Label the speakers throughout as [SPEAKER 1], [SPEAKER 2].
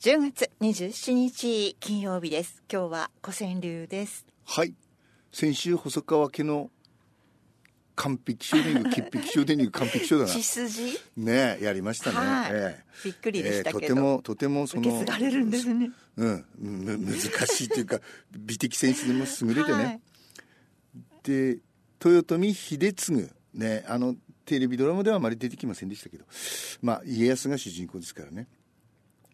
[SPEAKER 1] 10月27日金曜日です今日は古川流です
[SPEAKER 2] はい先週細川家の完璧シューティング潔癖シューティング完璧シューだな
[SPEAKER 1] 血筋
[SPEAKER 2] ねえやりましたね、
[SPEAKER 1] はい
[SPEAKER 2] ええ
[SPEAKER 1] びっくりでしたけど
[SPEAKER 2] ええとてもとてもそ
[SPEAKER 1] 受け
[SPEAKER 2] の
[SPEAKER 1] 継がれるんですね
[SPEAKER 2] うんむ難しいとい うか美的センスにも優れてね、
[SPEAKER 1] はい
[SPEAKER 2] で豊臣秀次ねあのテレビドラマではあまり出てきませんでしたけど、まあ、家康が主人公ですからね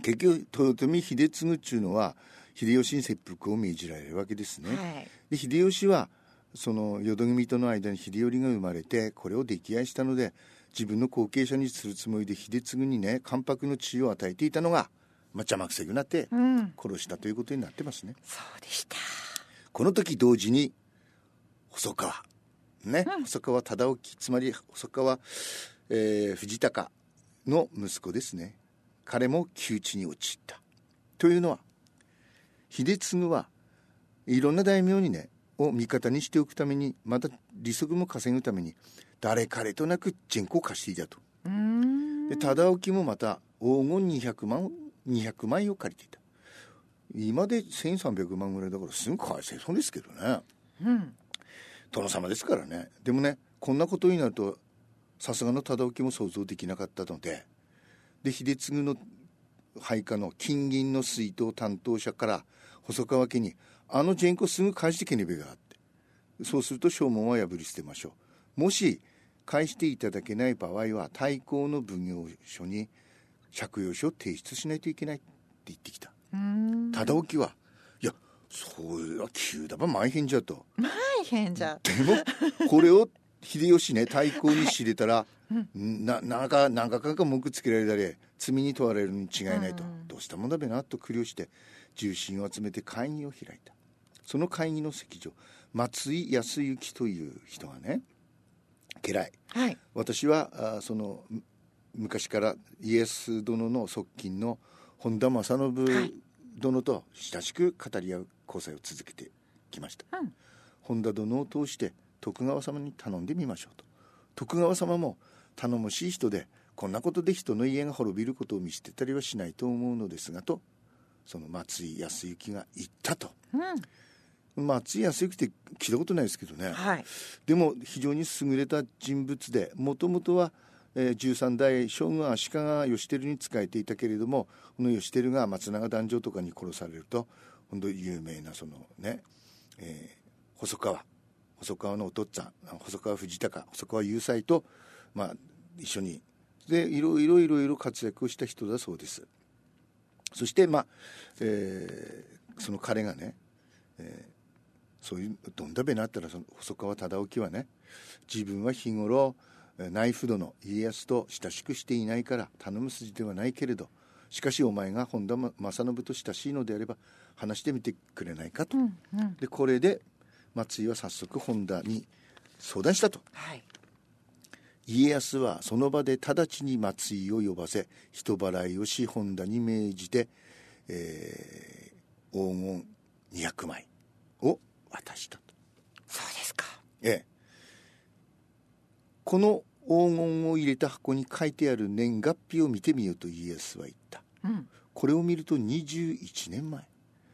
[SPEAKER 2] 結局豊臣秀次っていうのは秀吉に切腹を命じられるわけですね、
[SPEAKER 1] はい
[SPEAKER 2] で秀吉はその淀組との間に秀頼が生まれてこれを溺愛したので自分の後継者にするつもりで秀次にね関白の地位を与えていたのが、まあ、邪魔くせになって
[SPEAKER 1] うん
[SPEAKER 2] 殺したということになってますね。
[SPEAKER 1] そうでした
[SPEAKER 2] この時同時に細川ね、細川忠興つまり細川、えー藤孝の息子ですね彼も窮地に陥ったというのは秀次はいろんな大名にねを味方にしておくためにまた利息も稼ぐために誰彼となく人口を貸していたと
[SPEAKER 1] うーん
[SPEAKER 2] で忠興もまた黄金200万を200万円を借りていた今で1300万ぐらいだからすぐ返せそうですけどね
[SPEAKER 1] うん
[SPEAKER 2] 殿様ですからねでもねこんなことになるとさすがの忠興も想像できなかったのでで秀次の配下の金銀の水筒担当者から細川家に「あのジェンコすぐ返してけねべが」ってそうすると証文は破り捨てましょうもし返していただけない場合は対抗の奉行所に借用書を提出しないといけないって言ってきた
[SPEAKER 1] うーん
[SPEAKER 2] 忠興は「いやそれは急だば前変じゃ」と。
[SPEAKER 1] 大変じゃ
[SPEAKER 2] でもこれを秀吉ね対抗に知れたら、ななんかなんかかんか文句つけられたり罪に問われるに違いないと、
[SPEAKER 1] うん
[SPEAKER 2] どうしたもんだべなと苦慮して重心を集めて会議を開いたその会議の席上松井康之という人がね家来
[SPEAKER 1] はい
[SPEAKER 2] 私はあーそのむ昔から家康殿の側近の本田正
[SPEAKER 1] はい
[SPEAKER 2] 信殿と親しく語り合う交際を続けてきました、
[SPEAKER 1] うん
[SPEAKER 2] 本田殿を通して徳川様に頼んでみましょうと徳川様も頼もしい人でこんなことで人の家が滅びることを見捨てたりはしないと思うのですがとその松井康之が言ったと
[SPEAKER 1] うん
[SPEAKER 2] 松井康之って聞いたことないですけどね、
[SPEAKER 1] はい
[SPEAKER 2] でも非常に優れた人物でもともとは、えー13代将軍足利義輝に仕えていたけれどもこの義輝が松永壇上とかに殺されると本当に有名なそのね、えー細川細川のお父っつぁん細川藤孝細川雄斎と、まあ、一緒にでいろいろいろいろ活躍をした人だそうです。そして、まあえーその彼がねそういうどんだべなったらその細川忠興はね自分は日頃えー内府殿家康と親しくしていないから頼む筋ではないけれどしかしお前が本田ま正信と親しいのであれば話してみてくれないかと、
[SPEAKER 1] うんうん
[SPEAKER 2] でこれで松井は早速本田に相談したと
[SPEAKER 1] はい
[SPEAKER 2] 家康はその場で直ちに松井を呼ばせ人払いをし本田に命じて、えー黄金200枚を渡したと。
[SPEAKER 1] そうですか
[SPEAKER 2] ええ、この黄金を入れた箱に書いてある年月日を見てみようと家康は言った
[SPEAKER 1] うん
[SPEAKER 2] これを見ると21年前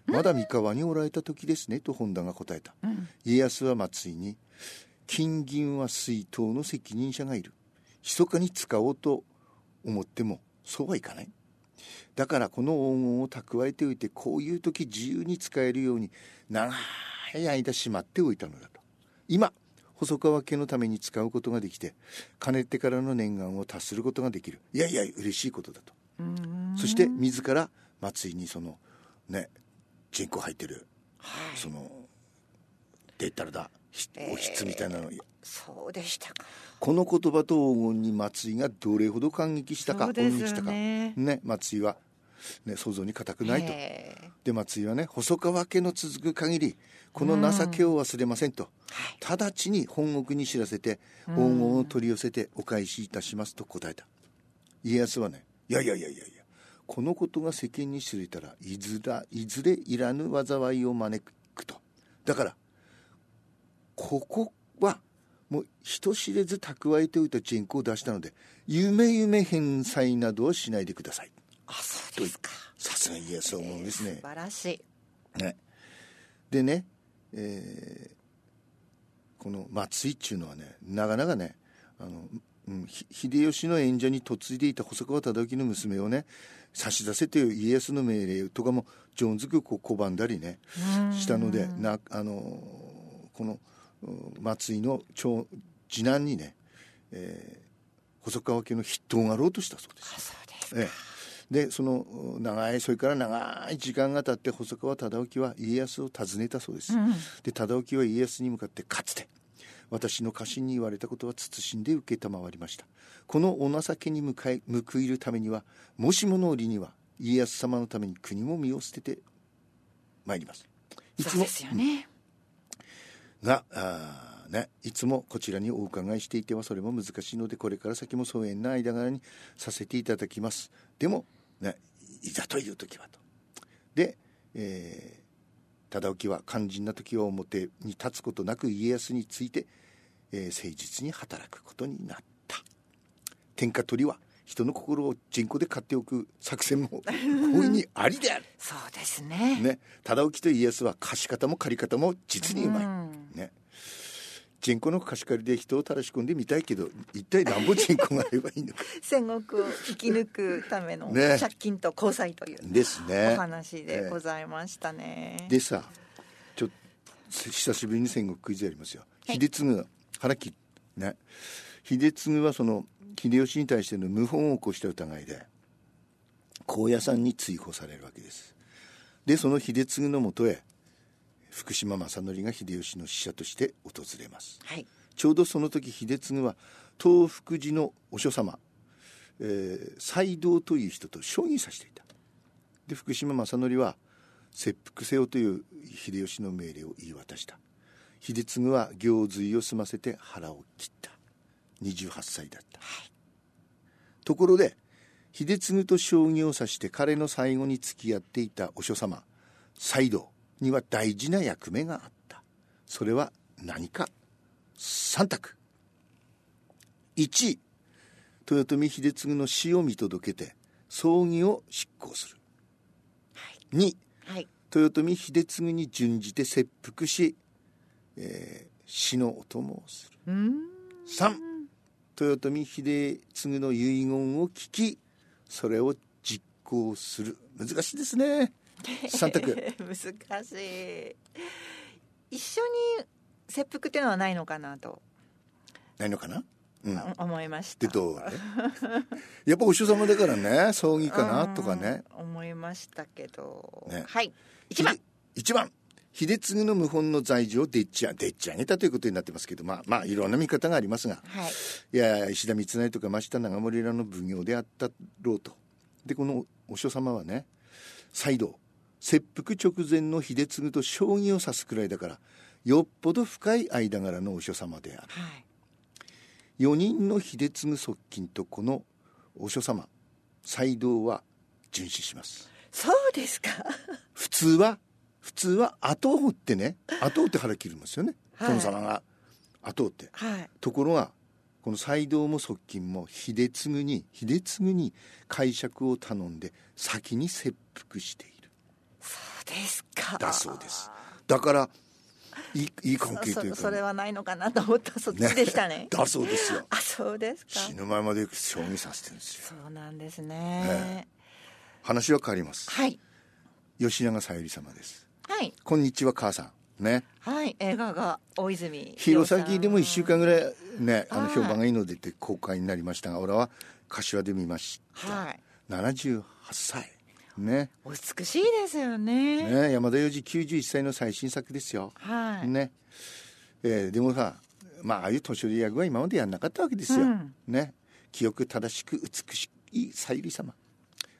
[SPEAKER 2] まだ三河におられた時ですねと本田が答えた
[SPEAKER 1] うん
[SPEAKER 2] 家康は松井に「金銀は水筒の責任者がいる密かに使おうと思ってもそうはいかない」だからこの黄金を蓄えておいてこういう時自由に使えるように長い間しまっておいたのだと今細川家のために使うことができてかねてからの念願を達することができるいやいや嬉しいことだと
[SPEAKER 1] うーん
[SPEAKER 2] そして自ら松井にそのね人工入ってる
[SPEAKER 1] はい
[SPEAKER 2] そのデタラだひ
[SPEAKER 1] えー
[SPEAKER 2] おひつみたいなの、
[SPEAKER 1] そうでしたか
[SPEAKER 2] この言葉と黄金に松井がどれほど感激したか
[SPEAKER 1] そう
[SPEAKER 2] 恩
[SPEAKER 1] で
[SPEAKER 2] に
[SPEAKER 1] す
[SPEAKER 2] した
[SPEAKER 1] よ
[SPEAKER 2] か、ね
[SPEAKER 1] ね
[SPEAKER 2] 松井は、ね、想像に難くないと、
[SPEAKER 1] ええ
[SPEAKER 2] で松井はね細川家の続く限りこの情けを忘れませんと、
[SPEAKER 1] はい
[SPEAKER 2] 直ちに本国に知らせて黄金を取り寄せてお返しいたしますと答えた家康はねいやいやいやいやいやこのことが世間に知れたらいずらいずれいらぬ災いを招くとだからここはもう人知れず蓄えておいた人口を出したので夢夢返済などはしないでください
[SPEAKER 1] あそうですか
[SPEAKER 2] さすが家康は思うんです
[SPEAKER 1] えー
[SPEAKER 2] ね
[SPEAKER 1] 素。晴らしい
[SPEAKER 2] ね、でね、えーこの松井っちゅうのはねなかなかねあの、うん、ひ秀吉の演者に嫁いでいた細川忠興の娘をね差し出せという家康の命令とかもジョンズくこう拒んだりねしたのでなあのーこのうん松井の長次男にね、えー細川家の筆頭がろうとしたそうです。
[SPEAKER 1] あそうです
[SPEAKER 2] ええ、でそのう長いそれから長い時間が経って細川忠興は家康を訪ねたそうです、で忠興は家康に向かってかつて私の家臣に言われたことは慎んで承りましたこのお情けに向かい報いるためにはもしもの折には家康様のために国も身を捨ててまいりますいつ
[SPEAKER 1] そう
[SPEAKER 2] も
[SPEAKER 1] ですよね
[SPEAKER 2] があー、ね、いつもこちらにお伺いしていてはそれも難しいのでこれから先も疎遠な間柄にさせていただきますでも、ね、いいざという時はとで、えー忠興は肝心な時は表に立つことなく家康について、えー誠実に働くことになった天下取りは人の心を人口で買っておく作戦も 大いにありである、
[SPEAKER 1] そうですね
[SPEAKER 2] ね、忠興と家康は貸し方も借り方も実にうまい、
[SPEAKER 1] ん
[SPEAKER 2] ね人口の貸し借りで人を垂らし込んでみたいけど一体なんぼ人口があればいい のか
[SPEAKER 1] 戦国を生き抜くための
[SPEAKER 2] ね
[SPEAKER 1] 借金と交際という
[SPEAKER 2] ですね
[SPEAKER 1] お話でございましたね
[SPEAKER 2] でさちょっと久しぶりに戦国クイズやりますよ、秀次が腹切りね秀次はその秀吉に対しての謀反を起こした疑いで高野山に追放されるわけですでその秀次のもとへ福島正則が秀吉の使者として訪れます
[SPEAKER 1] はい
[SPEAKER 2] ちょうどその時秀次は東福寺のお所様、えー斎藤という人と将棋さしていたで福島正則は切腹せよという秀吉の命令を言い渡した秀次は行随を済ませて腹を切った28歳だった、ところで秀次と将棋を指して彼の最後に付き合っていたお所様斎藤には大事な役目があったそれは何か3択1豊臣秀次の死を見届けて葬儀を執行する、2
[SPEAKER 1] はい
[SPEAKER 2] 豊臣秀次に準じて切腹し、えー死のお供をする
[SPEAKER 1] うん
[SPEAKER 2] 3豊臣秀次の遺言を聞きそれを実行する難しいですね 3択
[SPEAKER 1] 難しい一緒に切腹っていうのはないのかなと
[SPEAKER 2] ないのかなうん
[SPEAKER 1] 思いました
[SPEAKER 2] でどうあれやっぱお師匠様だからね葬儀かなとかね
[SPEAKER 1] うん思いましたけど、
[SPEAKER 2] ね
[SPEAKER 1] はい一番
[SPEAKER 2] ひで一番秀次の謀反の罪状をでっちあでっち上げたということになってますけどまあまあいろんな見方がありますが
[SPEAKER 1] はい
[SPEAKER 2] いや石田三成とか増田長森らの奉行であったろうとでこのお嬢様はね再度切腹直前の秀次と将棋を指すくらいだからよっぽど深い間柄のお嬢様である
[SPEAKER 1] はい
[SPEAKER 2] 4人の秀次側近とこのお嬢様斎藤は殉死します
[SPEAKER 1] そうですか
[SPEAKER 2] 普通は普通は後を追ってね後を追って腹切りますよね、
[SPEAKER 1] はい
[SPEAKER 2] 殿様が後を追って
[SPEAKER 1] はい
[SPEAKER 2] ところがこの斎藤も側近も秀次に秀次に解釈を頼んで先に切腹している
[SPEAKER 1] そうですか
[SPEAKER 2] だそうですだからいいいい関係
[SPEAKER 1] そ
[SPEAKER 2] という
[SPEAKER 1] そ
[SPEAKER 2] か
[SPEAKER 1] それはないのかなと思ったそっち でしたね
[SPEAKER 2] だそうで すよ
[SPEAKER 1] あそうですか
[SPEAKER 2] 死ぬ前まで将棋させてるんですよ
[SPEAKER 1] そうなんです
[SPEAKER 2] ね
[SPEAKER 1] ね
[SPEAKER 2] 話は変わります
[SPEAKER 1] はい
[SPEAKER 2] 吉永小百合様です
[SPEAKER 1] はい
[SPEAKER 2] こんにちは母さんね
[SPEAKER 1] はい映画が大泉洋
[SPEAKER 2] 弘
[SPEAKER 1] さん
[SPEAKER 2] 前でも1週間ぐらいねあの
[SPEAKER 1] はい
[SPEAKER 2] 評判がいいのでって公開になりましたが俺は柏で見ました、
[SPEAKER 1] はい
[SPEAKER 2] 78歳ね
[SPEAKER 1] お美しいですよね
[SPEAKER 2] ね山田洋次91歳の最新作ですよ、
[SPEAKER 1] はい、
[SPEAKER 2] ね、えーでもさまあああいう年寄り役は今までやんなかったわけですよ、
[SPEAKER 1] うん
[SPEAKER 2] ね記憶正しく美しいさゆり様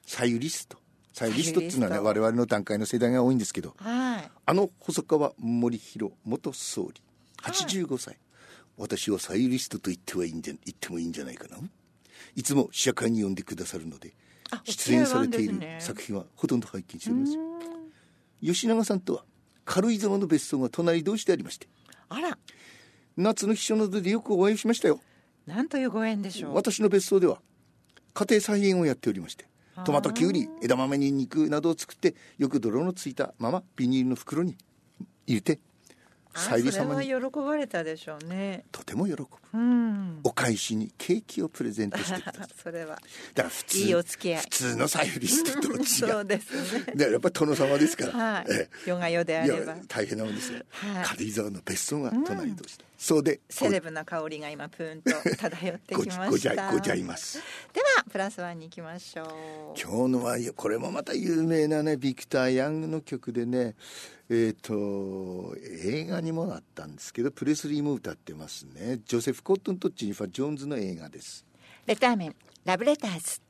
[SPEAKER 2] さゆりストさゆりストっていうのはね
[SPEAKER 1] さゆりスト
[SPEAKER 2] 我々の段階の世代が多いんですけど
[SPEAKER 1] はい
[SPEAKER 2] あの細川森弘元総理85歳、私はサイリストと言ってはいいんじゃ言ってもいいんじゃないかないつも試写会に呼んでくださるので
[SPEAKER 1] あ
[SPEAKER 2] 出演されてい
[SPEAKER 1] お
[SPEAKER 2] る
[SPEAKER 1] 付き合いはあるんですね
[SPEAKER 2] 作品はほとんど拝見しております吉永さんとは軽井沢の別荘が隣同士でありまして
[SPEAKER 1] あら
[SPEAKER 2] 夏の秘書などでよくお会いしましたよ
[SPEAKER 1] なんというご縁でしょう
[SPEAKER 2] 私の別荘では家庭菜園をやっておりましてトマトきゅうり枝豆に肉などを作ってよく泥のついたままビニールの袋に入れて
[SPEAKER 1] あ
[SPEAKER 2] さゆり様に
[SPEAKER 1] それは喜ばれたでしょうね
[SPEAKER 2] とても喜ぶ
[SPEAKER 1] うん
[SPEAKER 2] お返しにケーキをプレゼント してください
[SPEAKER 1] それは
[SPEAKER 2] だから普通
[SPEAKER 1] いいお付き合い
[SPEAKER 2] 普通のさゆりしてと違
[SPEAKER 1] そううですね
[SPEAKER 2] だからやっぱり殿様ですから、
[SPEAKER 1] はい
[SPEAKER 2] え
[SPEAKER 1] 世が世で
[SPEAKER 2] え
[SPEAKER 1] あ
[SPEAKER 2] い
[SPEAKER 1] れ
[SPEAKER 2] や
[SPEAKER 1] ば
[SPEAKER 2] 大変なもんですよ、
[SPEAKER 1] はい
[SPEAKER 2] 軽井沢の別荘が隣同士だ、そうで
[SPEAKER 1] セレブな香りが今プーンと漂って
[SPEAKER 2] ご
[SPEAKER 1] き
[SPEAKER 2] じ
[SPEAKER 1] ま
[SPEAKER 2] ご
[SPEAKER 1] し
[SPEAKER 2] じゃ
[SPEAKER 1] た
[SPEAKER 2] ごじゃいます
[SPEAKER 1] ではプラスワンに行きましょう
[SPEAKER 2] 今日のはこれもまた有名なねビクター・ヤングの曲でねえっ、と映画にもなったんですけどプレスリーも歌ってますねジョセフ・コットンとジェニファー・ジョーンズの映画です
[SPEAKER 1] レターメンラブレターズ